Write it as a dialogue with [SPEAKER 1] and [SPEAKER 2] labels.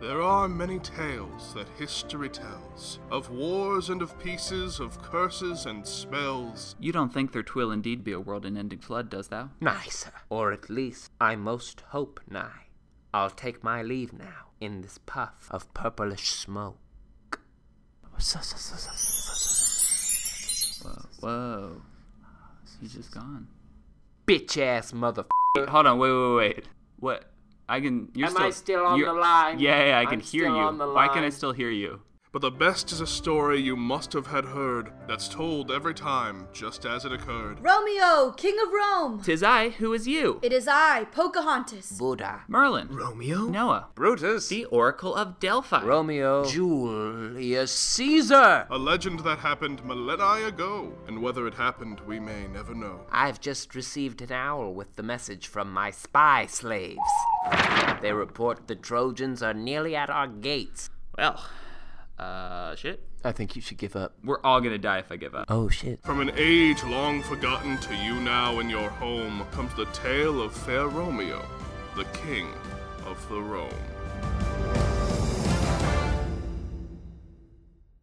[SPEAKER 1] There are many tales that history tells of wars and of pieces, of curses and spells.
[SPEAKER 2] You don't think there twill indeed be a world and ending flood, does thou?
[SPEAKER 3] Nicer. Or at least I most hope nigh. I'll take my leave now in this puff of purplish smoke.
[SPEAKER 2] Whoa, whoa. He's just gone.
[SPEAKER 3] Bitch ass mother.
[SPEAKER 2] Wait, hold on, wait, wait, wait. What? I can. You're
[SPEAKER 3] Am
[SPEAKER 2] still,
[SPEAKER 3] I still on
[SPEAKER 2] you're-
[SPEAKER 3] the line?
[SPEAKER 2] Yeah, yeah, I can
[SPEAKER 3] I'm
[SPEAKER 2] hear
[SPEAKER 3] still
[SPEAKER 2] you.
[SPEAKER 3] on the
[SPEAKER 2] Why can I
[SPEAKER 3] line.
[SPEAKER 2] still hear you?
[SPEAKER 1] But the best is a story you must have had heard that's told every time just as it occurred.
[SPEAKER 4] Romeo, King of Rome!
[SPEAKER 2] Tis I. Who is you?
[SPEAKER 4] It is I, Pocahontas.
[SPEAKER 3] Buddha.
[SPEAKER 2] Merlin.
[SPEAKER 5] Romeo?
[SPEAKER 2] Noah.
[SPEAKER 3] Brutus.
[SPEAKER 2] The Oracle of Delphi.
[SPEAKER 3] Romeo. Julius Caesar.
[SPEAKER 1] A legend that happened millennia ago, and whether it happened we may never know.
[SPEAKER 3] I've just received an owl with the message from my spy slaves. They report the Trojans are nearly at our gates.
[SPEAKER 2] Well, uh, shit.
[SPEAKER 3] I think you should give up.
[SPEAKER 2] We're all gonna die if I give up.
[SPEAKER 3] Oh shit.
[SPEAKER 1] From an age long forgotten to you now in your home comes the tale of fair Romeo, the king of the Rome.